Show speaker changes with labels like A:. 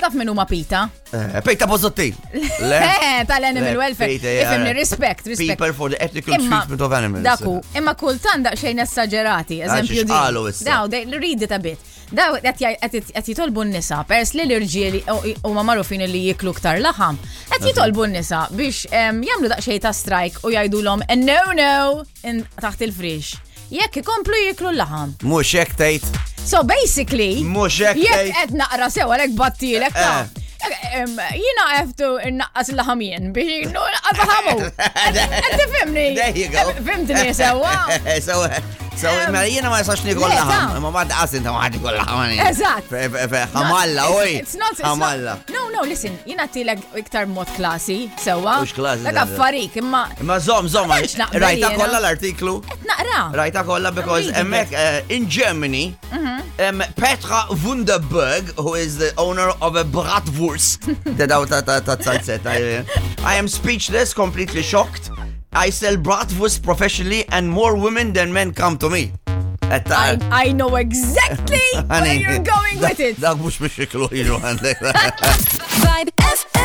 A: taf minn huma Pita.
B: Eh, Pejta pozzotti.
A: Eh, tal-animal
B: Le,
A: welfare.
B: Pejta, eh,
A: Ifimni,
B: eh,
A: respect, respect.
B: People for the ethical treatment of animals.
A: Daku, imma kultan daqxejn esagerati, eżempju
B: xiex
A: di.
B: qalu issa.
A: Daw, they read it a bit. Daw, għet jitolbu n-nisa, pers li l-irġieli u ma marufin li jiklu ktar laħam, għet jitolbu n-nisa biex em, jamlu daqxej ta' strajk u jajdu l-om no no in- taħt il-frix. Jekk ikomplu jiklu l-laħam.
B: Mux jek tejt.
A: So basically,
B: Mhux hekk
A: jekk
B: tgħid.
A: qed naqra sew għalhekk battilek ta'
B: Eh.
A: Em, jina għeftu naqqas l-ħamien biex naqqas l-ħamu. Għed tifimni.
B: There you go.
A: Fimtni sewa.
B: Sewa. Sewa,
A: Em,
B: ma jena eh, mela ma jisax nikol
A: le,
B: laħam.
A: ta.
B: Ma ma daqas inta ma għaddi kol laħam.
A: Eżatt.
B: Hamalla,
A: No,
B: oj.
A: it's- It's not. it's not-
B: Hamalla.
A: No, no, listen, jina tilek iktar mod klasi sewa.
B: Mhux klasi,
A: Dak
B: da, da.
A: affarik, imma
B: Ma zom, zom,
A: Ma nix naqbel
B: rajta
A: jiena.
B: kolla l-artiklu.
A: naqra.
B: Rajta kolla because
A: reading
B: emmek uh, in Germany,
A: Mm-hmm.
B: um, Petra Wunderberg, who is the owner of a bratwurst, that out that that that that I, I am speechless, completely shocked. I sell bratwurst professionally, and more women than men come to me. At uh,
A: I, I know exactly where you're going with it.
B: uh, Dak mux biex iklu jiru għandek.
C: Vibe FM.